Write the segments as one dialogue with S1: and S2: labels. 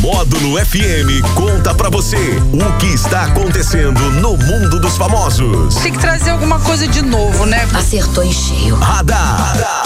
S1: Módulo FM conta pra você o que está acontecendo no mundo dos famosos.
S2: Tem que trazer alguma coisa de novo, né?
S3: Acertou em cheio.
S1: Radar.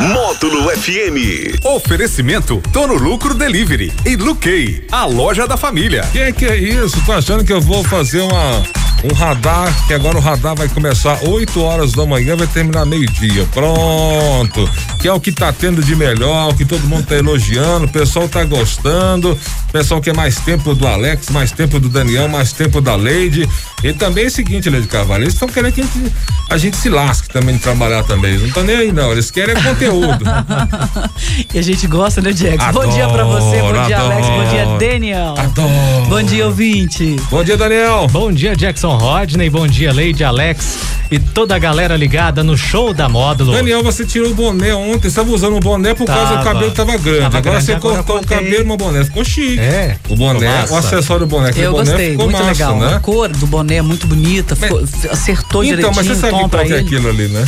S1: Módulo FM.
S4: Oferecimento Tô no Lucro Delivery e Luquei, a loja da família.
S5: Que que é isso? Tá achando que eu vou fazer uma um radar, que agora o radar vai começar 8 horas da manhã, vai terminar meio-dia. Pronto. Que é o que tá tendo de melhor, o que todo mundo tá elogiando, o pessoal tá gostando, o pessoal quer mais tempo do Alex, mais tempo do Daniel, mais tempo da Leide. E também é o seguinte, Leide Carvalho, eles estão querendo que a gente, a gente se lasque também de trabalhar também. Eles não estão nem aí, não. Eles querem é conteúdo.
S2: E a gente gosta, né, Diego? bom dia pra você, bom dia,
S5: Adoro,
S2: Alex, bom dia,
S5: adoro.
S2: Daniel.
S5: Adoro.
S2: Bom dia, ouvinte.
S5: Bom dia, Daniel.
S6: Bom dia, Jackson Rodney. Bom dia, Lady Alex. E toda a galera ligada no show da Módulo.
S5: Daniel, você tirou o boné ontem, estava usando o boné por causa do
S6: Tava.
S5: cabelo que tava grande.
S6: Tava
S5: agora
S6: grande,
S5: você
S6: agora
S5: cortou
S6: eu
S5: o
S6: cortei.
S5: cabelo e uma boné. Ficou chique.
S6: É,
S5: O boné,
S6: ficou massa.
S5: o acessório do boné. Aquele
S2: Eu
S5: boné
S2: gostei,
S5: ficou
S2: muito
S5: massa,
S2: legal.
S5: né?
S2: A cor do boné é muito bonita, ficou- acertou
S5: Então,
S2: direitinho
S5: mas você
S2: o
S5: sabe
S2: tom
S5: qual
S2: pra
S5: que é
S2: ele.
S5: aquilo ali, né?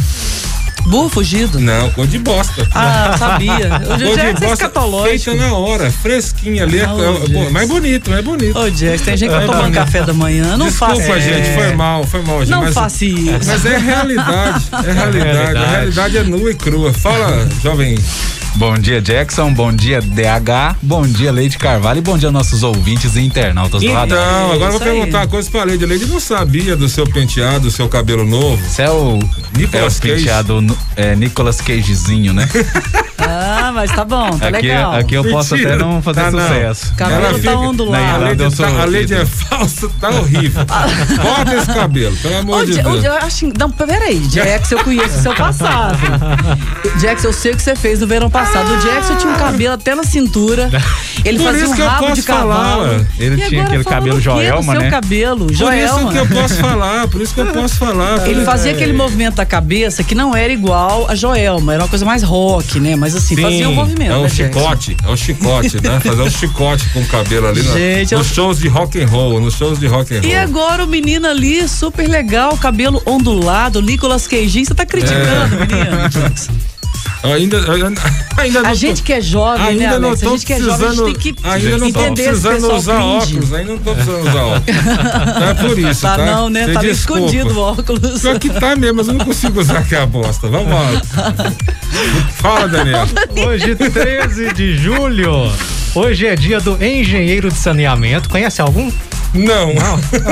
S2: Bu, fugido?
S5: Não, cor de bosta.
S2: Ah, sabia. O
S5: Cor de
S2: Jackson é
S5: bosta
S2: escatológico.
S5: feita na hora, fresquinha ali. é-
S2: Ah, ô,
S5: é- é-
S2: Jackson.
S5: mais bonito, mais bonito.
S2: Ô, Jackson, tem gente que tá
S5: É,
S2: tomando
S5: bonito.
S2: café da manhã. Não
S5: Desculpa,
S2: faça isso. É.
S5: gente, foi mal, foi mal, gente.
S2: Não
S5: mas-
S2: faça isso.
S5: Mas é realidade, é realidade. A
S6: realidade.
S5: realidade é nua e crua. Fala, jovem.
S7: Bom dia, Jackson. Bom dia, DH. Bom dia, Leite Carvalho. E bom dia, nossos ouvintes e internautas do Radar.
S5: Então, agora eu vou
S2: Ah, tá. isso aí.
S5: perguntar uma coisa pra Lady. A Lady não sabia do seu penteado, do seu cabelo novo.
S7: Você é o,
S5: Nicolas
S7: é o
S5: Cage.
S7: penteado no- é, Nicolas Cagezinho, né?
S2: Ah, mas tá bom, tá
S5: é-
S7: aqui,
S2: legal.
S7: aqui eu posso
S5: Mentira.
S7: até não fazer
S5: Ah, não.
S7: sucesso.
S2: Cabelo
S5: Ela
S2: tá
S5: fica-
S2: ondulado.
S7: na
S5: A
S7: Irlanda eu
S5: Lady,
S7: sou
S5: tá, a Lady
S7: ouvido.
S5: é falsa, tá horrível. Corta esse cabelo, pelo amor
S2: Ô,
S5: de
S2: Ja- ô,
S5: Deus.
S2: eu acho, não, peraí, Jackson, eu conheço o seu passado. Jackson, eu sei o que você fez no verão passado. O Jackson tinha um cabelo até na cintura.
S5: Ah!
S2: Ele
S5: Por
S2: fazia
S5: isso
S2: um
S5: que eu
S2: rabo de
S5: posso falar,
S2: cavalo.
S5: ué.
S7: Ele
S2: E
S7: tinha
S2: agora
S7: aquele
S2: fala
S7: cabelo
S2: do quê do
S7: joelma,
S2: seu
S7: né?
S2: cabelo,
S5: Por isso
S2: joelma.
S5: que eu posso falar, por isso que eu posso falar.
S2: né? Ele
S5: Por-
S2: fazia aquele movimento da cabeça que não era igual a Joelma, era uma coisa mais rock, né? Mas assim,
S5: Sim,
S2: fazia um movimento.
S5: É um
S2: né, Jackson?
S5: chicote, é um chicote, né? Fazer um chicote com o cabelo ali na-
S2: Gente, eu-
S5: nos shows de rock and roll, nos shows de rock and roll.
S2: E agora o menino ali, super legal, cabelo ondulado, Nicolas Queijinho, você tá criticando,
S5: É.
S2: menino? Jackson?
S5: Ainda, ainda, ainda não
S2: A
S5: tô-
S2: gente que é jovem, né,
S5: Ainda não
S2: Alex? A
S5: tô
S2: gente que é jovem, a gente
S5: precisando,
S2: tem que
S5: ainda não tô
S2: entender esse
S5: precisando
S2: pessoal
S5: usar
S2: cringe.
S5: óculos, ainda não tô precisando usar óculos. Não é por isso, tá?
S2: Tá não, né?
S5: Você
S2: Tá meio
S5: desculpa.
S2: escondido o óculos.
S5: Pior que tá mesmo, mas eu não consigo usar aqui a bosta. Vamos lá. Fala, Daniel.
S6: Hoje, 13 de julho. Hoje é dia do engenheiro de saneamento. Conhece algum?
S5: Não.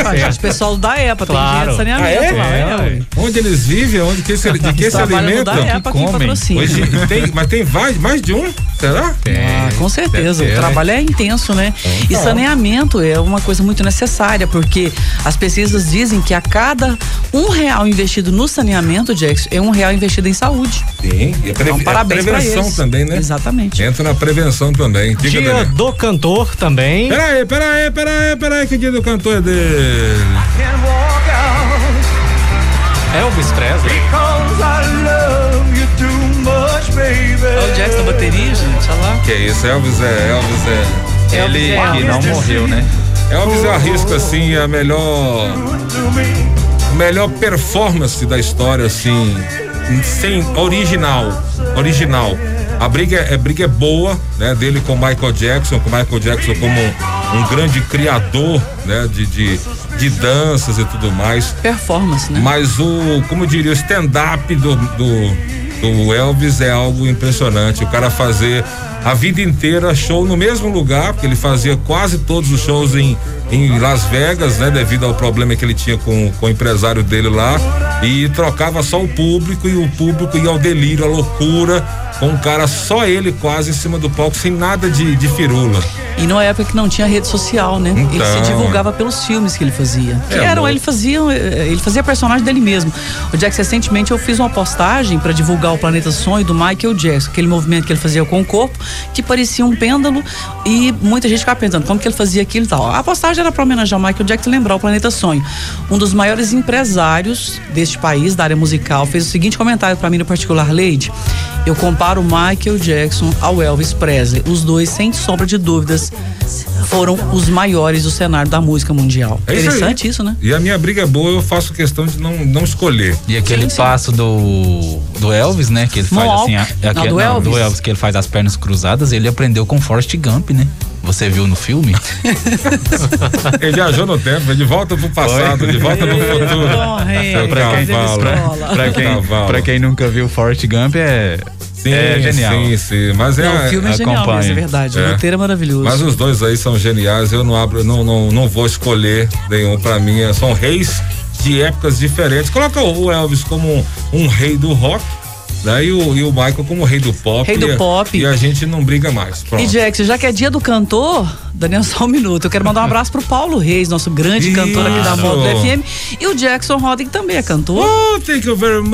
S2: Ah, gente, o pessoal da EPA, tem
S6: Claro.
S2: dinheiro de saneamento
S5: Ah, é?
S2: lá.
S6: É,
S2: ué.
S6: ué.
S5: Onde eles vivem, onde que se, de que
S2: Eles
S5: se
S2: trabalham no da
S5: alimentam?
S2: EPA que
S7: comem.
S2: patrocina.
S5: Hoje tem, mas tem vai- mais de um? Será?
S2: Ah, com certeza, o
S6: é, deve ter,
S2: trabalho é intenso, né? E saneamento é uma coisa muito necessária, porque as pesquisas dizem que a cada um real investido no saneamento, Jackson, é um real investido em saúde.
S5: Tem. E a, previ-
S2: Então,
S5: a
S2: parabéns pra
S5: prevenção
S2: eles.
S5: também, né?
S2: Exatamente.
S5: Entra na prevenção também. Diga,
S6: Dia
S5: Daniel. É.
S6: do cantor também.
S5: Peraí, peraí, peraí, peraí, que dia do cantor é dele?
S6: Elvis Presley.
S2: Olha o Jackson na bateria, gente, olha lá.
S5: Que é isso, Elvis é, Elvis é.
S7: Ele
S2: é
S7: que não morreu, né?
S5: Elvis arrisca assim a melhor melhor performance da história assim, sem original, original. A briga é briga é boa, né, dele com Michael Jackson, com Michael Jackson como um, um grande criador, né, de, de de danças e tudo mais.
S2: Performance, né?
S5: Mas o, como eu diria, o stand-up do, do, do Elvis é algo impressionante. O cara fazer a vida inteira show no mesmo lugar, porque ele fazia quase todos os shows em, em Las Vegas, né? Devido ao problema que ele tinha com, com o empresário dele lá. E trocava só o público e o público ia ao delírio, à loucura, com um cara só ele quase em cima do palco, sem nada de, de firula.
S2: E numa época que não tinha rede social, né? Ele
S5: Então.
S2: se divulgava pelos filmes que ele fazia. Que
S5: É,
S2: eram,
S5: amor.
S2: ele fazia, eh, ele fazia personagem dele mesmo. O Jackson, recentemente eu fiz uma postagem pra divulgar o Planeta Sonho do Michael Jackson, aquele movimento que ele fazia com o corpo, que parecia um pêndulo e muita gente ficava pensando como que ele fazia aquilo e tal. A postagem era pra homenagear o Michael Jackson e lembrar o Planeta Sonho. Um dos maiores empresários deste país, da área musical, fez o seguinte comentário pra mim no particular, Lady. Eu comparo o Michael Jackson ao Elvis Presley. Os dois, sem sombra de dúvidas, foram os maiores do cenário da música mundial.
S5: É isso aí.
S2: Interessante isso, né?
S5: E a minha briga é boa, eu faço questão de não, não escolher.
S7: E aquele
S2: Sim, sim.
S7: passo do, do Elvis, né? Que ele faz
S2: Mohawk.
S7: assim. a-
S2: Não,
S7: aquele-
S2: do Elvis.
S7: que ele faz as pernas cruzadas, ele aprendeu com Forrest Gump, né? Você viu no filme?
S5: Ele viajou no tempo, ele de volta pro passado, de volta pro futuro.
S2: Tom Hanks,
S5: Seu cavalo.
S2: escola. é
S7: pra, quem,
S5: Cavalo.
S7: pra quem nunca viu Forrest Gump, é,
S5: Sim,
S7: é genial.
S5: Sim, sim. Mas é.
S2: Não, o filme é genial
S7: acompanha.
S2: mesmo, é verdade.
S5: É.
S2: O roteiro é maravilhoso.
S5: Mas os dois aí são geniais. Eu não abro, não, não, não vou escolher nenhum pra mim. é- São reis de épocas diferentes. Coloca o Elvis como um, um rei do rock, né? E o, e o Michael como rei do pop.
S2: Rei do
S5: e,
S2: pop.
S5: E a gente não briga mais. Pronto.
S2: E Jackson, já que é dia do cantor, Daniel, só um minuto. Eu quero mandar um abraço pro Paulo Reis, nosso grande
S5: Isso.
S2: cantor aqui da Moto FM. E o Jackson Rodden, que também é cantor.
S5: Oh, thank you very much.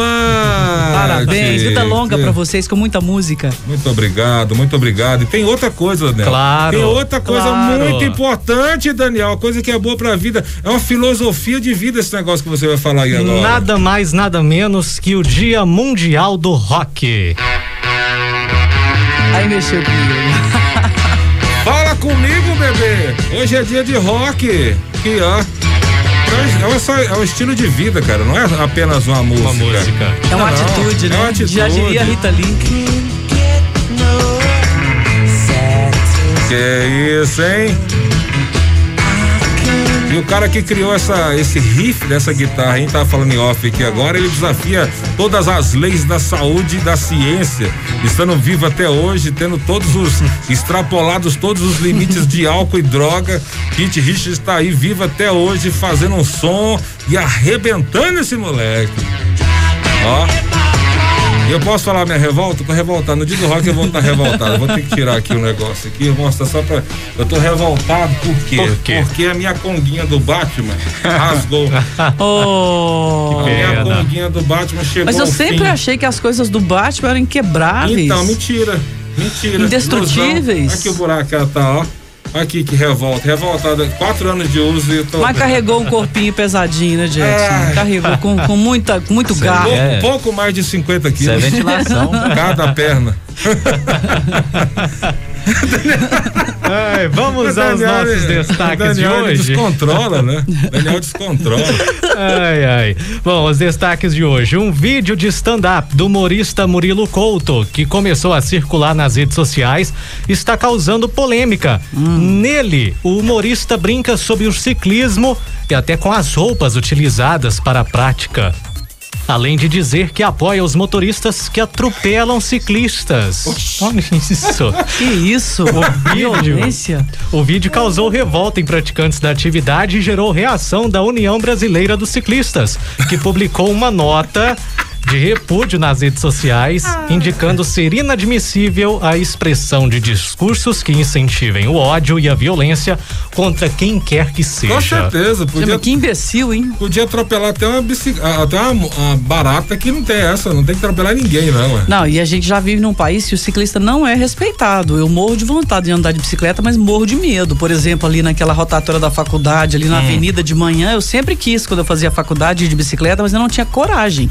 S2: Parabéns, vida longa pra vocês, com muita música.
S5: Muito obrigado, muito obrigado. E tem outra coisa, Daniel.
S6: Claro,
S5: Tem outra coisa
S6: claro.
S5: muito importante, Daniel. Uma coisa que é boa pra vida. É uma filosofia de vida esse negócio que você vai falar aí agora.
S6: Nada mais, nada menos que o Dia Mundial do Rock.
S2: Aí mexeu comigo.
S5: Fala comigo, bebê. Hoje é dia de rock. Que ó. É um- É, só- é um estilo de vida, cara. Não é apenas uma música.
S6: Uma música.
S2: É uma
S5: Não, não.
S2: atitude, né?
S5: É uma atitude.
S2: Já diria a Rita Lee.
S5: Que isso, hein? E o cara que criou essa, esse riff dessa guitarra, hein? Tava falando em off aqui agora, ele desafia todas as leis da saúde e da ciência, estando vivo até hoje, tendo todos os extrapolados, todos os limites de álcool e droga. Kit Rich está aí vivo até hoje, fazendo um som e arrebentando esse moleque. Ó. Eu posso falar minha revolta? Eu tô revoltado. No dia do rock eu vou estar revoltado. Eu vou ter que tirar aqui o negócio aqui e mostrar só pra. Eu tô revoltado por quê?
S6: Por quê?
S5: Porque a minha conguinha do Batman rasgou.
S2: Oh.
S5: a minha
S6: Pena.
S5: conguinha do Batman chegou.
S2: Mas eu
S5: ao
S2: sempre
S5: fim.
S2: achei que as coisas do Batman eram inquebráveis.
S5: Então, mentira. Mentira.
S2: Indestrutíveis.
S5: Ilusão. Aqui o buraco ela tá, ó. Aqui que revolta. Revoltada. Quatro anos de uso e eu tô.
S2: Mas carregou um corpinho pesadinho, né, Jackson?
S5: Ai.
S2: Carregou com, com muita, com muito garro.
S5: pouco,
S7: É.
S5: um pouco mais de 50
S7: Isso é
S5: quilos.
S7: ventilação.
S5: Cada perna.
S6: Ai, É, vamos aos
S5: Daniel,
S6: nossos
S5: ele-
S6: destaques de
S5: Daniel, ele
S6: hoje.
S5: Descontrola, né? Daniel descontrola.
S6: Ai, ai. Bom, os destaques de hoje. Um vídeo de stand-up do humorista Murilo Couto, que começou a circular nas redes sociais, está causando polêmica. Nele, o humorista brinca sobre o ciclismo e até com as roupas utilizadas para a prática. Além de dizer que apoia os motoristas que atropelam ciclistas. Olha isso.
S2: Que isso? Violência?
S6: O vídeo causou revolta em praticantes da atividade e gerou reação da União Brasileira dos Ciclistas, que publicou uma nota de repúdio nas redes sociais,
S5: Ah.
S6: indicando ser inadmissível a expressão de discursos que incentivem o ódio e a violência contra quem quer que
S5: Com
S6: seja.
S5: certeza, podia,
S2: Mas Que imbecil, hein?
S5: podia atropelar até uma bici- ah, até uma, uma barata que não tem essa, não tem que atropelar ninguém, não. é. ué.
S2: Não, e a gente já vive num país que o ciclista não é respeitado. Eu morro de vontade de andar de bicicleta, mas morro de medo. Por exemplo, ali naquela rotatória da faculdade, ali na avenida de manhã, eu sempre quis, quando eu fazia faculdade, ir de bicicleta, mas eu não tinha coragem.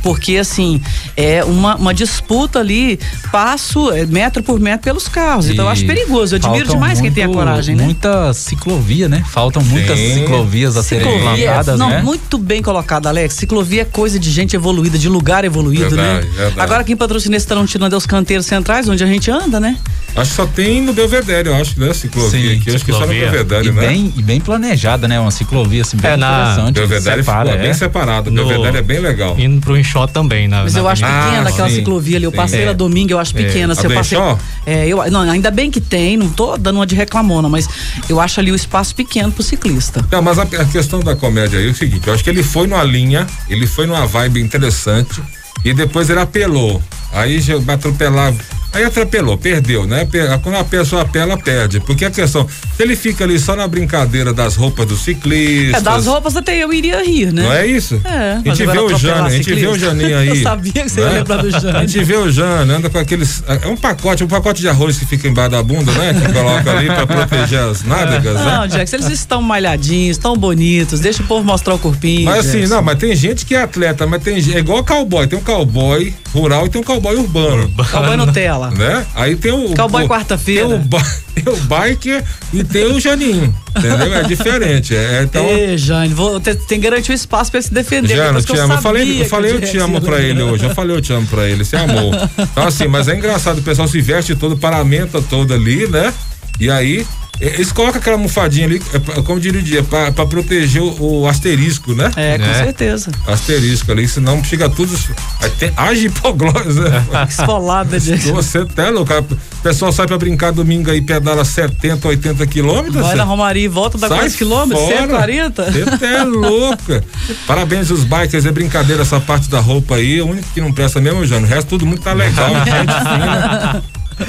S2: Porque, assim, é uma, uma disputa ali, passo é, metro por metro pelos carros. Então eu acho perigoso. Eu admiro
S7: Faltam
S2: demais quem tem a
S7: um muito-
S2: coragem, né?
S7: Muita ciclovia, né? Faltam muitas
S5: Sim.
S7: ciclovias a serem implantadas,
S2: não,
S7: né?
S2: muito bem colocado, Alex. Ciclovia é coisa de gente evoluída, de lugar evoluído,
S5: Verdade,
S2: né?
S5: verdade.
S2: Agora quem patrocina esse Tarantino tirando é os canteiros centrais, onde a gente anda, né?
S5: Acho que só tem no Belvedere, eu acho, né? Ciclovia
S7: Sim,
S5: aqui. Acho que só no
S6: ciclovia.
S5: Belvedere,
S7: E
S5: né?
S7: bem, e bem planejada, né? Uma ciclovia assim, bem
S6: É, na-
S7: interessante.
S5: Belvedere
S7: separa,
S5: ficou
S7: é.
S5: bem separado.
S6: No-
S5: Belvedere é bem legal.
S6: Indo pro Enxó também, na,
S2: Mas
S6: na
S2: eu acho
S5: Ah,
S2: pequena aquela
S5: sim,
S2: ciclovia ali. Eu
S5: sim.
S2: passei na
S5: É.
S2: domingo, eu acho pequena.
S5: A
S2: Se eu passei,
S5: Benchó?
S2: é, eu, não, ainda bem que tem, não tô dando uma de reclamona, mas eu acho ali o espaço pequeno pro ciclista.
S5: Não, mas a, a questão da comédia aí é o seguinte, eu acho que ele foi numa linha, ele foi numa vibe interessante e depois ele apelou. Aí já atropelava. Aí atropelou, perdeu, né? Pe- Quando a pessoa apela, perde. Porque a questão, se ele fica ali só na brincadeira das roupas dos ciclistas.
S2: É, das roupas até eu iria rir, né?
S5: Não é isso?
S2: É,
S5: a
S2: mas
S5: gente vê
S2: agora
S5: o
S2: atropelar
S5: Jânio, a gente vê
S2: ciclista.
S5: o Janinho aí.
S2: Eu sabia que você ia
S5: né?
S2: lembrar do Jânio.
S5: A gente vê o Jânio, anda com aqueles. É um pacote, um pacote de arroz que fica embaixo da bunda, né? Que coloca ali pra proteger as nádegas, né?
S2: Não, Jackson, eles estão malhadinhos, estão bonitos, deixa o povo mostrar o corpinho.
S5: Mas assim,
S2: Jackson.
S5: não, mas tem gente que é atleta, mas tem gente. É igual cowboy, tem um cowboy rural e tem um cowboy urbano.
S2: Cowboy Nutella.
S5: Né? Aí tem o.
S2: Cowboy
S5: o-
S2: quarta-feira.
S5: Tem o, ba- tem o biker e tem o Janinho. Entendeu? É diferente. É, então.
S2: Ei, Jane, vou, te- tem que garantir o espaço pra ele se defender.
S5: Jana,
S2: depois que
S5: te amo. Eu falei,
S2: sabia
S5: eu, falei
S2: que o
S5: eu te
S2: Jackson
S5: amo
S2: ia
S5: pra
S2: lembrar.
S5: ele hoje. Eu falei eu te amo pra ele. Você amou. Então, assim, mas é engraçado. O pessoal se veste todo, paramenta todo ali, né? E aí, eh, eles colocam aquela almofadinha ali, eh, pra- como diria o dia, pra, pra proteger o, o asterisco, né?
S2: É, com
S6: É.
S2: certeza.
S5: Asterisco ali, senão chega tudo. aí tem- Age hipoglose, né?
S2: Esfolada, Jackson.
S5: Você tá louco. O pessoal sai pra brincar domingo aí, pedala 70, 80 quilômetros.
S2: Vai
S5: cê-
S2: na Romaria e volta da
S5: Sai
S2: 4 quilômetros,
S5: fora.
S2: 140.
S5: Você é louca. Parabéns os bikers, é brincadeira essa parte da roupa aí. O único que não presta mesmo, é o Jânio. O resto todo mundo tá legal.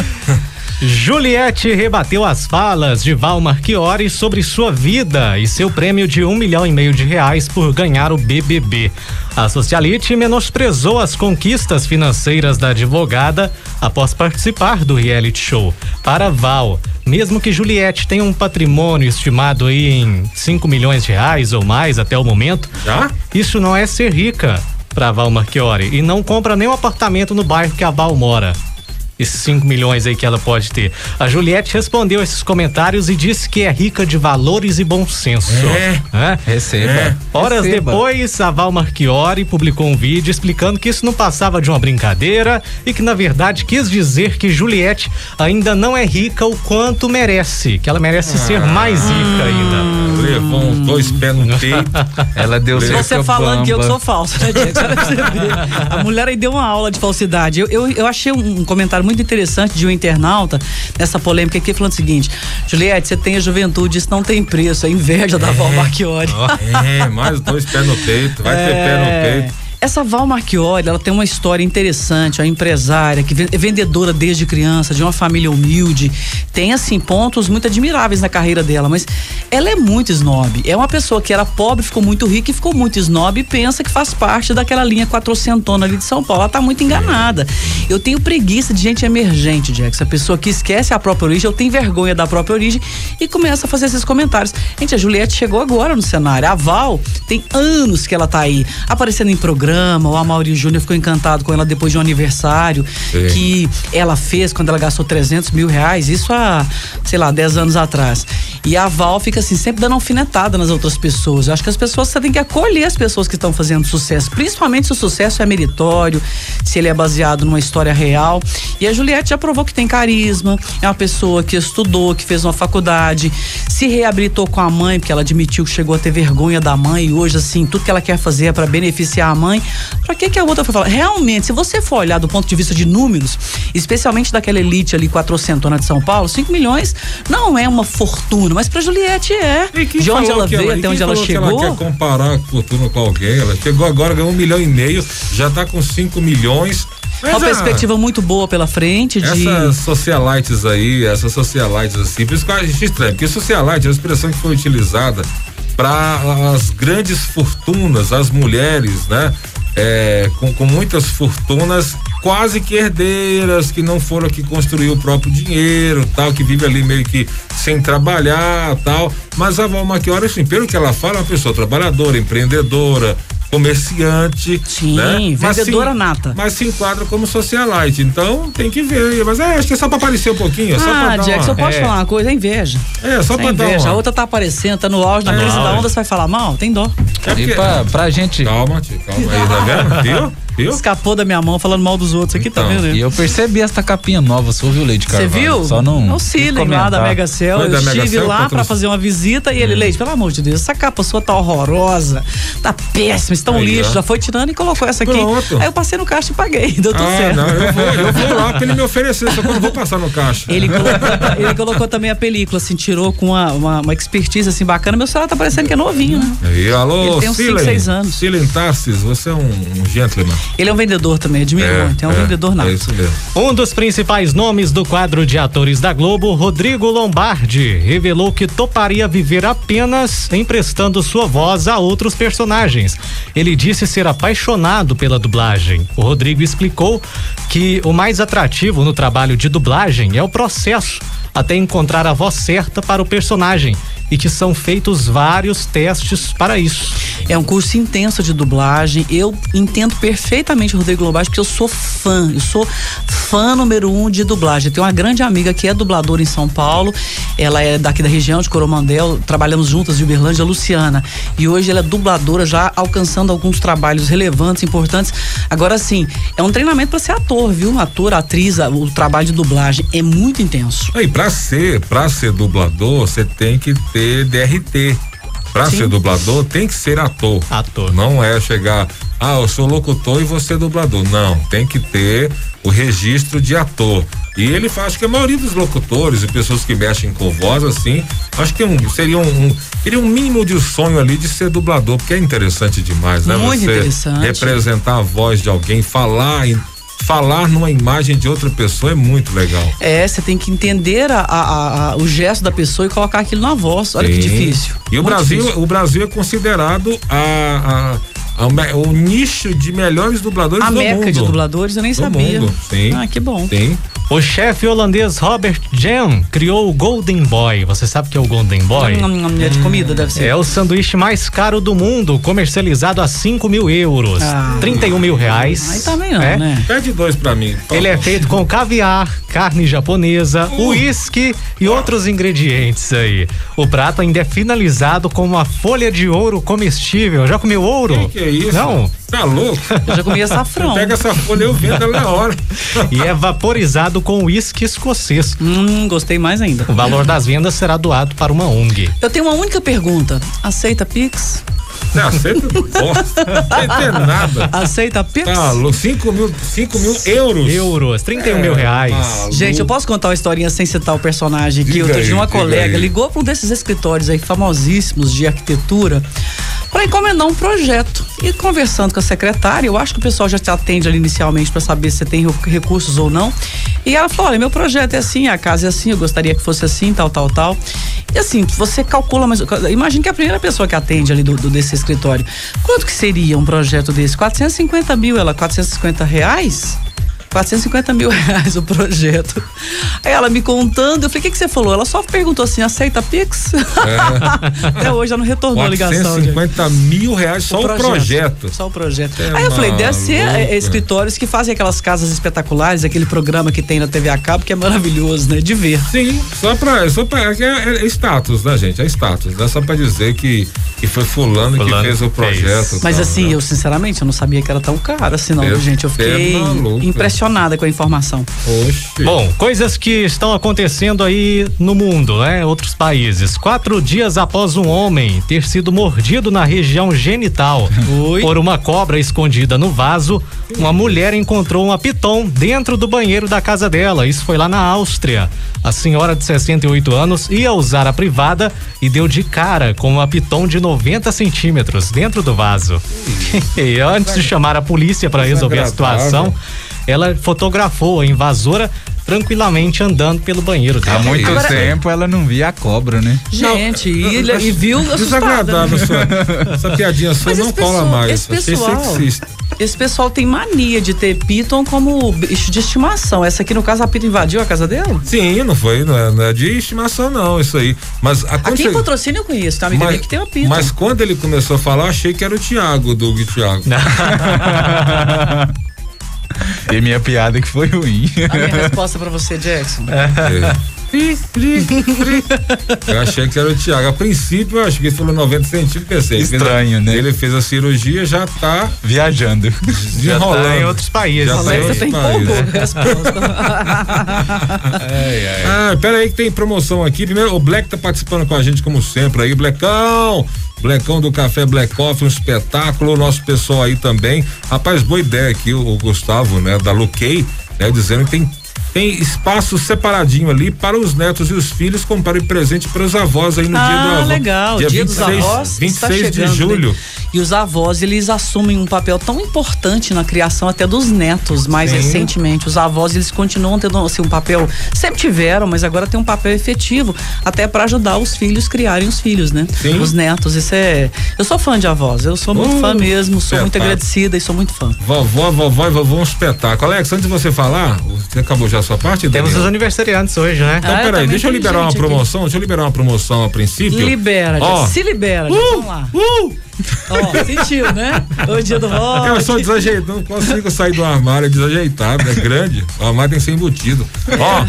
S6: Juliette rebateu as falas de Val Marchiori sobre sua vida e seu prêmio de um milhão e meio de reais por ganhar o BBB. A socialite menosprezou as conquistas financeiras da advogada após participar do reality show. Para Val, mesmo que Juliette tenha um patrimônio estimado aí em 5 milhões de reais ou mais até o momento,
S5: Já?
S6: isso não é ser rica pra Val Marchiori e não compra nenhum apartamento no bairro que a Val mora. Esses 5 milhões aí que ela pode ter. A Juliette respondeu esses comentários e disse que é rica de valores e bom senso.
S5: É.
S6: Né?
S7: Receba.
S5: É.
S6: Horas
S7: Receba.
S6: depois, a Val Marchiori publicou um vídeo explicando que isso não passava de uma brincadeira e que, na verdade, quis dizer que Juliette ainda não é rica o quanto merece, que ela merece ser mais rica ainda.
S5: Levou uns dois pés no peito.
S7: Ela deu
S2: Você
S7: cerca
S2: falando que eu que
S7: bamba.
S2: sou falso, né, Diego? Só pra você ver. A mulher aí deu uma aula de falsidade. Eu, eu, eu achei um comentário muito interessante de um internauta nessa polêmica aqui, falando o seguinte: Juliette, você tem a juventude, isso não tem preço, é inveja da Val Marchiori.
S5: É, mais dois pés no peito. Vai ter pé
S2: É.
S5: no peito.
S2: Essa Val Marchiori, ela tem uma história interessante, é uma empresária, que ven- é vendedora desde criança, de uma família humilde. Tem, assim, pontos muito admiráveis na carreira dela, mas ela é muito snob. É uma pessoa que era pobre, ficou muito rica e ficou muito snob e pensa que faz parte daquela linha quatrocentona ali de São Paulo. Ela tá muito enganada. Eu tenho preguiça de gente emergente, Jack. Essa pessoa que esquece a própria origem, eu tenho vergonha da própria origem e começa a fazer esses comentários. Gente, a Juliette chegou agora no cenário. A Val tem anos que ela tá aí, aparecendo em programa. O Amaury Júnior ficou encantado com ela depois de um aniversário
S5: Sim.
S2: que ela fez quando ela gastou 300 mil reais. Isso há, sei lá, 10 anos atrás. E a Val fica assim, sempre dando alfinetada nas outras pessoas. Eu acho que as pessoas, você tem que acolher as pessoas que estão fazendo sucesso, principalmente se o sucesso é meritório, se ele é baseado numa história real. E a Juliette já provou que tem carisma, é uma pessoa que estudou, que fez uma faculdade, se reabilitou com a mãe, porque ela admitiu que chegou a ter vergonha da mãe e hoje, assim, tudo que ela quer fazer é pra beneficiar a mãe. Pra que que a outra foi falar? Realmente, se você for olhar do ponto de vista de números, especialmente daquela elite ali quatrocentona de São Paulo, 5 milhões não é uma fortuna, mas pra Juliette é.
S5: E quem
S2: De onde
S5: falou
S2: ela
S5: que
S2: veio
S5: e
S2: até
S5: quem
S2: onde ela
S5: falou que
S2: chegou.
S5: quer comparar a fortuna com alguém. Ela chegou agora, ganhou um milhão e meio, já tá com cinco milhões. Mas ah,
S2: Uma
S5: a-
S2: perspectiva muito boa pela frente de.
S5: é. Essas socialites aí, essas socialites assim, por isso que eu acho estranho, porque socialite é a expressão que foi utilizada para as grandes fortunas, as mulheres, né? É, com, com muitas fortunas quase que herdeiras, que não foram que construir o próprio dinheiro, tal, que vive ali meio que sem trabalhar, tal. Mas a Val Machiora, assim, pelo que ela fala, é uma pessoa trabalhadora, empreendedora, comerciante.
S2: Sim,
S5: né? Mas
S2: vendedora
S5: sim,
S2: nata.
S5: mas se enquadra como socialite, então tem que ver. Mas é, acho que é só pra aparecer um pouquinho, é só pra
S2: Ah,
S5: dar
S2: Jackson, eu
S5: uma...
S2: posso
S6: é.
S2: falar uma coisa? É inveja.
S5: É, só
S2: É
S5: pra dar
S2: inveja. A
S5: uma...
S2: outra tá aparecendo, tá no auge, na crise da
S6: auge.
S2: onda, você vai falar mal? Tem dó.
S5: É porque-
S7: E pra, pra gente.
S5: Calma, tio, calma aí, tá vendo? Viu? Viu?
S2: Escapou da minha mão falando mal dos outros aqui, tá
S5: Então,
S2: vendo?
S7: E eu percebi essa capinha nova, sou viu, Leite
S2: Você
S7: Carvalho.
S2: viu?
S7: Só não.
S2: É o Ceiling lá da Mega Cell.
S5: Foi
S2: Eu
S5: da Mega
S2: estive
S5: Sell que
S2: lá
S5: eu
S2: pra
S5: trouxe.
S2: fazer uma visita e
S5: É.
S2: ele, Leite, pelo amor de Deus, essa capa sua tá horrorosa, tá péssima, está um
S5: Aí,
S2: lixo.
S5: ó.
S2: Já foi tirando e colocou essa aqui.
S5: Pronto.
S2: Aí eu passei no caixa e paguei, deu tudo
S5: Ah,
S2: certo.
S5: não, eu vou, eu vou lá porque ele me ofereceu, só que eu não vou passar no caixa.
S2: Ele colocou, ele colocou também a película, assim, tirou com uma, uma, uma expertise assim bacana. Meu celular tá parecendo que é novinho, né?
S5: E, alô,
S2: Ele tem uns cinco,
S5: Silen.
S2: seis anos.
S5: Silen Tarsis, você é um, um gentleman.
S2: Ele é um vendedor também, admiro muito. É um vendedor nato.
S5: É isso mesmo.
S6: Um dos principais nomes do quadro de atores da Globo, Rodrigo Lombardi, revelou que toparia viver apenas emprestando sua voz a outros personagens. Ele disse ser apaixonado pela dublagem. O Rodrigo explicou que o mais atrativo no trabalho de dublagem é o processo até encontrar a voz certa para o personagem e que são feitos vários testes para isso.
S2: É um curso intenso de dublagem. Eu entendo perfeitamente o Rodrigo Lobach, porque eu sou fã. Eu sou fã número um de dublagem. Eu tenho uma grande amiga que é dubladora em São Paulo. Ela é daqui da região de Coromandel. Trabalhamos juntas de Uberlândia, Luciana. E hoje ela é dubladora, já alcançando alguns trabalhos relevantes, importantes. Agora sim, é um treinamento para ser ator, viu? Ator, atriz, a- o trabalho de dublagem é muito intenso.
S5: Aí, pra ser, pra ser dublador, você tem que ter DRT. Pra
S2: Sim.
S5: ser dublador, tem que ser ator.
S6: Ator.
S5: Não é chegar, ah, eu sou locutor e você dublador. Não, tem que ter o registro de ator. E ele faz, acho que a maioria dos locutores e pessoas que mexem com voz, assim, acho que um, seria um, um- teria um mínimo de sonho ali de ser dublador, porque é interessante demais, né?
S2: Muito
S5: você
S2: interessante.
S5: representar a voz de alguém, falar em- falar numa imagem de outra pessoa é muito legal.
S2: É, você tem que entender a- a- a- o gesto da pessoa e colocar aquilo na voz. Olha que
S5: Sim.
S2: difícil.
S5: E o
S2: Muito
S5: Brasil,
S2: difícil.
S5: o Brasil é considerado a, a- a me- o nicho de melhores dubladores
S2: A
S5: é do mundo.
S2: meca de dubladores, eu nem
S5: Do
S2: sabia.
S5: mundo, sim.
S2: Ah, que bom.
S5: Tem.
S6: O chefe holandês Robert Jan criou o Golden Boy. Você sabe o que é o Golden Boy?
S2: É de comida, deve
S5: Hum.
S2: ser.
S6: É o sanduíche mais caro do mundo, comercializado a 5 mil euros.
S2: Ah.
S6: 31 mil reais.
S2: Aí também não,
S6: É.
S2: né?
S5: Pede dois pra mim. por
S6: Ele é
S5: favor.
S6: feito com caviar, carne japonesa,
S2: Hum.
S6: uísque e outros ingredientes aí. O prato ainda é finalizado com uma folha de ouro comestível. Já comeu ouro?
S5: Que que é isso?
S6: Não.
S5: Tá louco?
S2: Eu já comi açafrão.
S5: Pega essa folha, eu vendo ela na hora.
S6: E é vaporizado com uísque escocês.
S2: Hum, gostei mais ainda.
S6: O valor das vendas será doado para uma ONG.
S2: Eu tenho uma única pergunta. Aceita Pix?
S5: Você aceita? Bosta. Não tem nada.
S2: Aceita Pix?
S5: Tá louco. Cinco mil, cinco mil euros.
S6: Euros, 31 mil reais.
S5: maluco.
S2: Gente, eu posso contar uma historinha sem citar o personagem aqui?
S5: Diga
S2: Outro
S5: aí,
S2: dia uma
S5: diga
S2: colega
S5: aí.
S2: ligou para um desses escritórios aí famosíssimos de arquitetura para encomendar um projeto. E conversando com a secretária, eu acho que o pessoal já te atende ali inicialmente para saber se você tem recu- recursos ou não. E ela falou: olha, meu projeto é assim, a casa é assim, eu gostaria que fosse assim, tal, tal, tal. E assim, você calcula, mas imagina que a primeira pessoa que atende ali do, do- desse escritório, quanto que seria um projeto desse? 450 mil, ela, 450 reais? 450 mil reais o projeto. Aí ela me contando, eu falei, o que, que você falou? Ela só perguntou assim, aceita Pix?
S5: É.
S2: Até hoje ela não retornou a ligação. gente.
S5: 450 mil reais só o projeto.
S2: Só o projeto.
S5: É
S2: Aí eu falei, deve ser
S5: maluco.
S2: é, é, escritórios que fazem aquelas casas espetaculares, aquele programa que tem na TV a cabo, que é maravilhoso, né? De ver.
S5: Sim, só pra. Só pra é, é- é status, né, gente? É status. Não é só pra dizer que, que foi fulano, que
S6: Fulano
S5: fez o
S6: que fez.
S5: projeto. e
S2: Mas
S5: tal,
S2: assim,
S5: né?
S2: eu sinceramente, eu não sabia que era tão caro assim não,
S5: Deve
S2: gente. Eu
S5: ser
S2: fiquei
S5: é maluco.
S2: impressionada com a informação.
S5: né? Oxe.
S6: Bom, coisas que estão acontecendo aí no mundo, né? Outros países. Quatro dias após um homem ter sido mordido na região genital por uma cobra escondida no vaso, uma mulher encontrou uma piton dentro do banheiro da casa dela. Isso foi lá na Áustria. A senhora de 68 anos ia usar a privada e deu de cara com uma piton de 90 centímetros dentro do vaso. E antes de chamar a polícia para resolver a
S5: Desagradável.
S6: situação, ela fotografou a invasora tranquilamente andando pelo banheiro
S7: Há
S5: Tá É
S6: dela.
S7: muito
S5: Agora-
S7: tempo ela não via a cobra, né?
S2: Gente, e, é- e viu assustada. né?
S5: Desagradável, sua. Essa piadinha sua
S2: Mas
S5: não
S2: esse
S5: cola
S2: pessoal-
S5: mais.
S2: esse
S5: Achei
S2: pessoal-
S5: sexista.
S2: Esse pessoal tem mania de ter Piton como bicho de estimação. Essa aqui, no caso, a Piton invadiu a casa dela?
S5: Sim, não foi, não é, não é de estimação, não, isso aí. Mas a quando
S2: Aqui
S5: você-
S2: em patrocínio eu conheço, tem uma amiga minha é que tem um uma Piton.
S5: mas quando ele começou a falar, eu achei que era o Thiago, do Hugo e Thiago.
S7: E minha piada que foi ruim.
S2: A minha resposta pra você, Jackson.
S5: É, Eu achei que era o Thiago. A princípio, eu achei que ele falou 90 centímetros, pensei. ele fez a-
S7: Estranho, né?
S5: Ele fez a cirurgia, já tá
S7: Viajando.
S6: Já tá
S5: desenrolando.
S6: em outros países.
S5: Já tá em
S2: Alexa
S5: outros
S2: tem
S5: países.
S2: pouco resposta.
S5: Ah, pera aí que tem promoção aqui. Primeiro, o Black tá participando com a gente como sempre aí, Blackão. Blackão do Café Black Coffee, um espetáculo, o nosso pessoal aí também. Rapaz, boa ideia aqui, o, o Gustavo, né, da Luquei, né, dizendo que tem tem espaço separadinho ali para os netos e os filhos comprarem presente para os avós aí no dia do
S2: ah,
S5: avô.
S2: legal. Dia, dos
S5: 26,
S2: avós
S5: 26
S2: está chegando.
S5: de julho.
S2: né? E os avós, eles assumem um papel tão importante na criação até dos netos, mais
S5: Sim.
S2: recentemente. Os avós, eles continuam tendo assim, um papel, sempre tiveram, mas agora tem um papel efetivo, até para ajudar os filhos criarem os filhos, né?
S5: Sim.
S2: Os netos, isso é... Eu sou fã de avós, eu sou muito
S5: Uh,
S2: fã mesmo, sou muito
S5: espetáculo.
S2: agradecida e sou muito fã.
S5: Vovó, vovó e vovô um espetáculo. Alex, antes de você falar, você acabou já sua parte, Daniel?
S6: Temos os aniversariantes hoje, né?
S5: Então,
S2: Ah, eu
S5: peraí,
S2: também
S5: deixa eu
S2: tenho
S5: liberar uma
S2: gente aqui.
S5: promoção. Deixa eu liberar uma promoção a princípio.
S2: Libera,
S5: Ó.
S2: Jack, se libera, Jack, vamos lá.
S5: Uh!
S2: Ó, sentiu, né? Hoje é dia do rock.
S5: Eu sou desajeitado, não consigo sair do armário é desajeitado, é grande. O armário tem que ser embutido. Ó.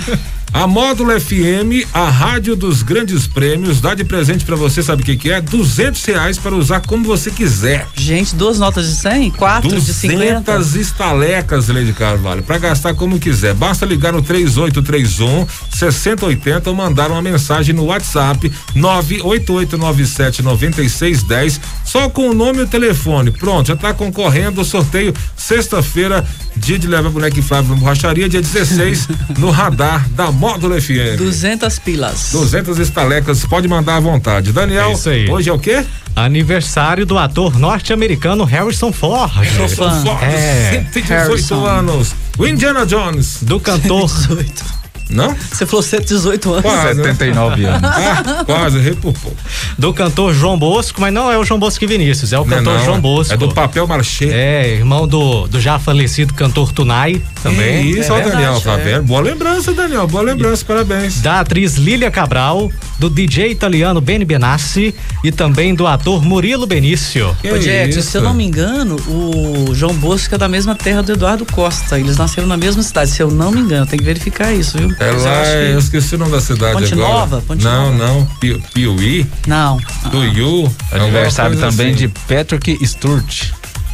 S5: A Módulo FM, a rádio dos grandes prêmios, dá de presente pra você, sabe o que que é? duzentos reais para usar como você quiser.
S2: Gente, duas notas de 100, quatro de 50.
S5: 200 estalecas, Lady Carvalho, pra gastar como quiser. Basta ligar no 3831 6080 um, ou mandar uma mensagem no WhatsApp 988979610, só com o nome e o telefone. Pronto, já tá concorrendo ao sorteio sexta-feira, dia de levar boneco e Flávio na borracharia, dia 16, no radar da Módulo FM.
S2: 200 pilas.
S5: 200 estalecas, pode mandar à vontade. Daniel,
S6: É isso aí.
S5: hoje é o quê?
S6: Aniversário do ator norte-americano Harrison Ford.
S5: Sou
S2: fã.
S5: Ford,
S6: É,
S5: 118
S2: Harrison.
S5: anos. O Indiana Jones.
S6: Do cantor.
S2: 18.
S5: Não?
S2: Você falou 118 anos.
S5: Quase.
S7: né? 79 anos.
S5: Ah, quase, errei por pouco.
S6: Do cantor João Bosco, mas não é o João Bosco e Vinícius, é o
S5: Não é
S6: cantor
S5: não,
S6: João Bosco.
S5: É do papel marchê.
S6: É, irmão do, do já falecido cantor Tunai também.
S5: Isso, ó,
S2: É
S5: Daniel,
S2: verdade,
S5: tá
S2: é.
S5: vendo? Boa lembrança, Daniel, boa lembrança, parabéns.
S6: da atriz Lília Cabral, do DJ italiano Benny Benassi e também do ator Murilo Benício.
S5: Que
S2: Ô, Jackson,
S5: isso?
S2: se eu não me engano, o João Bosco é da mesma terra do Eduardo Costa. Eles nasceram na mesma cidade, se eu não me engano. Tem que verificar isso, viu?
S5: É
S2: Mas eu
S5: lá,
S2: acho que-
S5: eu esqueci o nome da cidade
S2: Ponte
S5: agora.
S2: Nova? Ponte
S5: não,
S2: Nova.
S5: não, Piu- Piuí,
S2: Não.
S5: Tuiú.
S7: Aniversário
S5: alguma coisa
S7: também
S5: assim.
S7: de Patrick Sturt,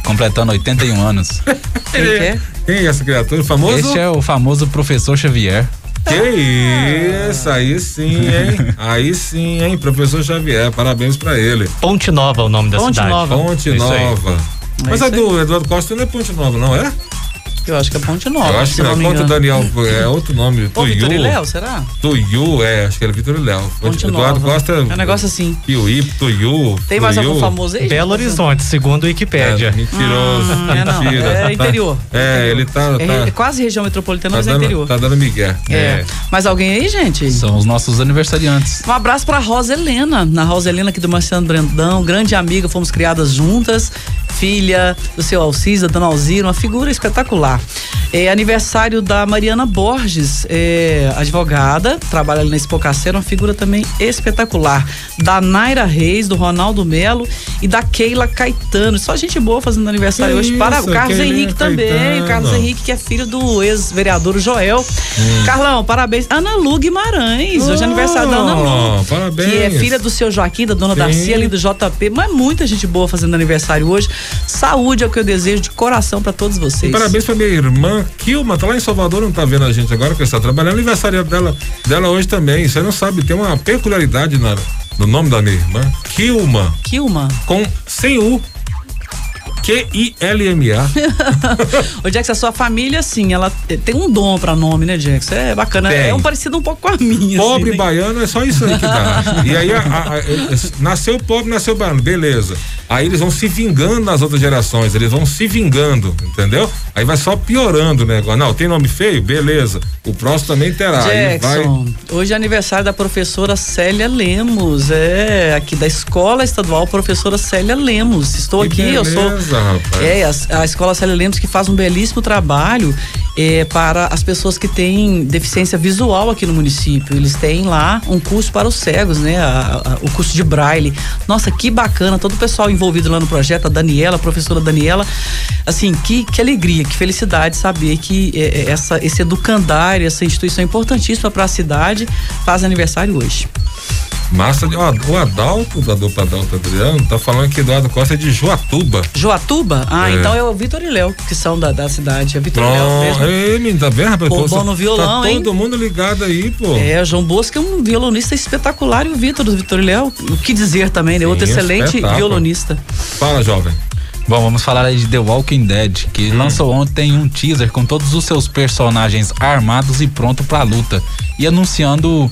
S7: completando 81 anos.
S2: Quem que é?
S5: Quem é essa criatura? O Famoso?
S7: Este é o famoso professor Xavier.
S5: Que isso, aí sim, hein? aí sim, hein? Professor Xavier, parabéns pra ele.
S6: Ponte Nova é o nome da
S2: Ponte
S6: cidade.
S2: Nova.
S5: Ponte
S6: Isso aí.
S5: Nova.
S2: É
S5: Mas a
S2: isso
S5: do Eduardo Costa não é Ponte Nova, não é?
S2: Eu acho que é Ponte Nova.
S5: Eu acho que
S2: se eu
S5: não.
S2: não me
S5: Conta o
S2: engano.
S5: Daniel, é outro nome.
S2: Ô,
S5: Tuiú.
S2: Vitor e Léo, será?
S5: Tuiú, é, acho que era Vitor e Léo.
S2: Ponte
S5: Eduardo
S2: Nova.
S5: Costa.
S2: É um negócio assim.
S5: Piuí, Tuiú.
S2: Tem mais
S5: Tuiú.
S2: algum famoso aí?
S6: Belo Horizonte, segundo a
S5: É,
S6: Wikipédia.
S5: mentiroso.
S2: Hum, é não,
S5: mentira.
S2: é interior.
S5: É, ele tá.
S2: É,
S5: tá,
S2: re- quase região metropolitana,
S5: tá
S2: mas é
S5: dando,
S2: interior.
S5: tá dando migué.
S2: É. Mas alguém aí, gente?
S7: São os nossos aniversariantes.
S2: Um abraço pra Rosa Helena, na Rosa Helena aqui do Marciano Brandão, grande amiga, fomos criadas juntas, filha do seu Alcisa, dona Alzira, uma figura espetacular. É aniversário da Mariana Borges, é, advogada, trabalha ali na Espocacera, uma figura também espetacular. Da Naira Reis, do Ronaldo Melo e da Keila Caetano. Só gente boa fazendo aniversário
S5: Que
S2: hoje. Para
S5: isso,
S2: o Carlos
S5: Keilinha
S2: Henrique também,
S5: Caetano.
S2: o Carlos Henrique, que é filho do ex-vereador Joel. Carlão, parabéns. Ana Lu Guimarães, hoje é aniversário da Ana Lu.
S5: Oh, Parabéns.
S2: Que é filha do seu Joaquim, da dona
S5: Sim.
S2: Darcy, ali do JP. Mas muita gente boa fazendo aniversário hoje. Saúde é o que eu desejo de coração pra todos
S5: E
S2: vocês.
S5: parabéns pra minha irmã, Kilma, tá lá em Salvador, não tá vendo a gente agora, porque está trabalhando. Aniversário dela, dela hoje também. Você não sabe, tem uma peculiaridade na- no nome da minha irmã. Kilma,
S2: Kilma.
S5: com sem U. Q-I-L-M-A.
S2: Ô, Jackson, a sua família, assim, ela te- tem um dom pra nome, né, Jackson? É bacana.
S5: Tem.
S2: É um parecido um pouco com a minha.
S5: Pobre
S2: assim, né?
S5: baiano é só isso aí que dá. e aí, a- a- a- nasceu pobre, nasceu baiano, beleza. Aí eles vão se vingando nas outras gerações, eles vão se vingando, entendeu? Aí vai só piorando o negócio. Não, tem nome feio? Beleza. O próximo também terá. Aí vai.
S2: Jackson, hoje é aniversário da professora Célia Lemos, é, aqui da Escola Estadual Professora Célia Lemos. Estou
S5: Que
S2: aqui, um eu sou.
S5: beleza, rapaz.
S2: É, a, a Escola Célia Lemos que faz um belíssimo trabalho é, para as pessoas que têm deficiência visual aqui no município. Eles têm lá um curso para os cegos, né? a- a- o curso de Braille. Nossa, que bacana, todo o pessoal envolvido lá no projeto, a Daniela, a professora Daniela. Assim, que, que alegria, que felicidade saber que é, é, essa, esse educandário, essa instituição é importantíssima para a cidade, faz aniversário hoje.
S5: Massa de, ó, o Adalto, da dupla Adalto Adriano, tá falando que Eduardo Costa é de Joatuba.
S2: Joatuba? Ah,
S5: É.
S2: então é o Vitor e Léo, que são da, da cidade. É Vitor e Léo
S5: Pronto.
S2: mesmo.
S5: Ei, menino, tá bem, rapaz?
S2: Pô,
S5: Pô,
S2: bom
S5: cê-
S2: no violão,
S5: tá
S2: hein?
S5: todo mundo ligado aí, pô.
S2: É, João Bosco é um violonista espetacular e o Vitor, o Vitor Léo, o que dizer também, né?
S5: Sim,
S2: Outro excelente
S5: espetáculo.
S2: violonista.
S5: Fala, jovem.
S7: Bom, vamos falar aí de The Walking Dead,
S5: Hum.
S7: que lançou ontem um teaser com todos os seus personagens armados e pronto pra luta. E anunciando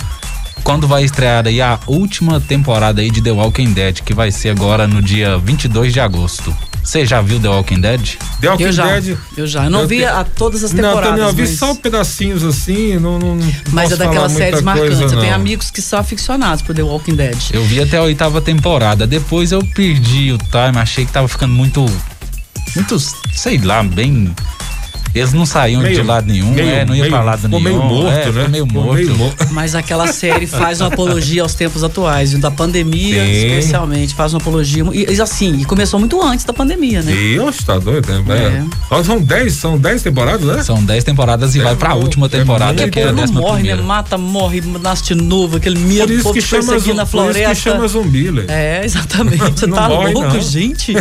S7: quando vai estrear aí a última temporada aí de The Walking Dead, que vai ser agora no dia 22 de agosto. Você já viu The Walking Dead?
S5: The Walking
S2: eu já,
S5: Dead.
S2: eu já. Eu não vi
S5: te-
S2: a todas as
S5: Não,
S2: temporadas.
S5: também eu vi
S2: mas...
S5: só pedacinhos assim, não. não não
S2: mas
S5: posso
S2: é daquelas
S5: falar
S2: séries
S5: muita
S2: marcantes.
S5: coisa,
S2: eu tenho
S5: não.
S2: amigos que são aficionados por The Walking Dead.
S7: Eu vi até a oitava temporada. Depois eu perdi o time, achei que tava ficando muito. Muito, sei lá, bem. Eles não saíam
S5: Meio-
S7: de lado nenhum,
S5: meio-
S7: é, não ia
S5: meio-
S7: pra lado
S5: ficou
S7: nenhum.
S5: meio morto, né?
S7: é, ficou Meio
S5: Ficou
S7: morto.
S5: morto.
S2: Mas aquela série faz uma apologia aos tempos atuais, viu? da pandemia,
S5: Sim.
S2: especialmente, faz uma apologia. E, e assim, e começou muito antes da pandemia, né?
S5: Deus, tá doido, né?
S2: É.
S5: Ó, São 10, são 10 temporadas, né?
S7: São 10 temporadas e vai pra
S5: muito-
S7: última
S5: é
S7: temporada,
S5: muito-
S7: que é
S2: Pô,
S7: a
S2: não
S7: décima
S2: morre, né?
S7: primeira.
S2: Mata, morre, nasce de novo, aquele medo,
S5: é Por isso
S2: povo
S5: que
S2: te
S5: chama,
S2: perseguindo
S5: zumbi,
S2: na
S5: por isso
S2: floresta.
S5: que chama zumbi, Lê.
S2: É, exatamente. Você
S5: Não
S2: tá
S5: morre,
S2: louco,
S5: não.
S2: gente.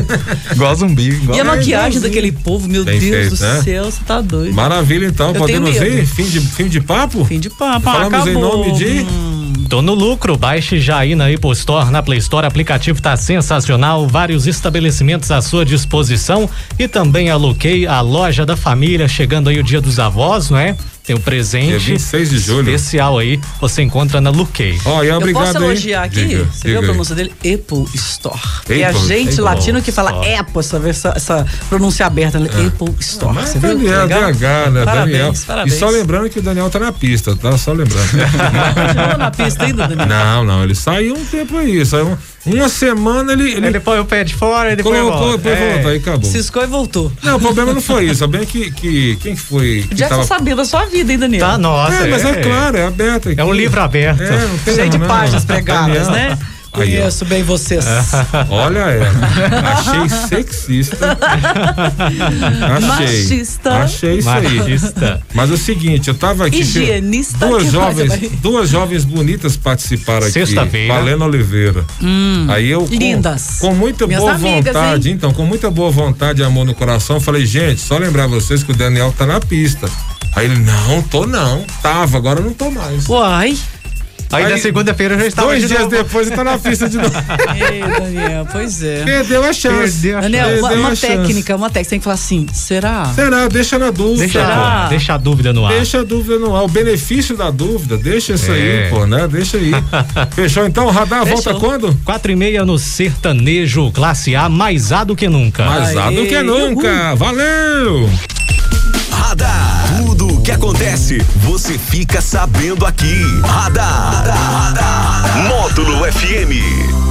S7: Igual zumbi.
S2: É. E
S7: Igual é
S2: a maquiagem
S5: igualzinho.
S2: daquele povo, meu
S5: Bem
S2: Deus
S5: feito,
S2: do
S5: né?
S2: céu, você tá doido.
S5: Maravilha, então.
S2: Eu tenho
S5: Podemos
S2: medo.
S5: ir? Fim de, fim de papo?
S2: Fim de papo,
S5: Falamos
S2: acabou. Hum.
S5: em nome de.
S6: Tô no lucro, baixe já aí na Apple Store, na Play Store, aplicativo tá sensacional, vários estabelecimentos à sua disposição e também aloquei a loja da família, chegando aí o dia dos avós, não é? Tem um presente
S5: Dia 26 de julho.
S6: especial aí, você encontra na Luquei.
S5: Ó, e
S2: Eu
S5: obrigado
S2: posso
S5: aí.
S2: elogiar aqui?
S5: Diga,
S2: você
S5: diga
S2: viu a
S5: aí.
S2: pronúncia dele? Apple Store. é a
S5: Apple
S2: gente
S5: Store. É.
S2: latino que fala Apple, essa, essa, essa pronúncia aberta, né? Apple Store.
S5: Mas
S2: você viu? que
S5: Daniel,
S2: legal?
S5: DH, né?
S2: Parabéns,
S5: Daniel.
S2: parabéns.
S5: E só lembrando que o Daniel tá na pista, tá? Só lembrando.
S2: Continua na pista ainda, Daniel?
S5: não, não, ele saiu um tempo aí, saiu um- uma semana ele, ele,
S6: Ele põe o pé de fora e depois
S5: colocou,
S6: volta.
S5: depois
S6: É.
S5: voltou, aí acabou.
S2: Ciscou e voltou.
S5: Não, o problema não foi isso, é bem que, que quem que foi que
S2: O Jackson sabia da tá sua vida, hein, Daniel?
S6: Tá, nossa.
S5: É, mas é claro, é aberto aqui.
S6: É um livro aberto.
S5: É, não tem
S2: Cheio de
S5: não.
S2: páginas pregadas,
S5: Daniel.
S2: né?
S5: Aí, ó.
S2: Conheço bem vocês.
S5: Olha ela. Achei sexista. Achei.
S2: Machista.
S5: Achei isso aí.
S6: Machista.
S5: Mas é o seguinte, eu tava aqui.
S2: Higienista,
S5: Duas
S2: que
S5: jovens,
S2: mais vai?
S5: duas jovens bonitas participaram aqui.
S6: Sexta-feira.
S5: Valena Oliveira. Aí eu com,
S2: Hum, Lindas.
S5: com muita
S2: Minhas
S5: boa
S2: amigas,
S5: vontade,
S2: hein?
S5: então, com muita boa vontade e amor no coração, eu falei, gente, só lembrar vocês que o Daniel tá na pista. Aí ele, não, tô não. Tava, agora eu não tô mais.
S2: Uai.
S6: Aí, na
S5: Aí,
S6: segunda-feira eu já estava
S5: Dois
S6: de
S5: dias
S6: novo.
S5: depois ele tá na pista de novo.
S2: Ei, Daniel, pois é.
S5: Perdeu a chance.
S6: Perdeu a
S2: Daniel,
S5: Perdeu
S2: uma,
S5: a
S2: uma
S5: chance.
S2: técnica, uma técnica. Você tem que falar assim, será?
S5: Será? Deixa na dúvida.
S6: Deixa,
S2: Será?
S6: pô, deixa a dúvida
S2: Ah.
S6: no ar.
S5: Deixa a dúvida no ar. O benefício da dúvida, deixa isso aí,
S6: É.
S5: pô, né? Deixa aí. Fechou então? O radar volta
S2: Fechou.
S5: quando?
S6: Quatro e meia no sertanejo, classe A, mais A do que nunca.
S5: Mais A do que
S2: Aê,
S5: nunca. Valeu!
S1: Radar. Tudo o que acontece, você fica sabendo aqui. Radar. Módulo FM.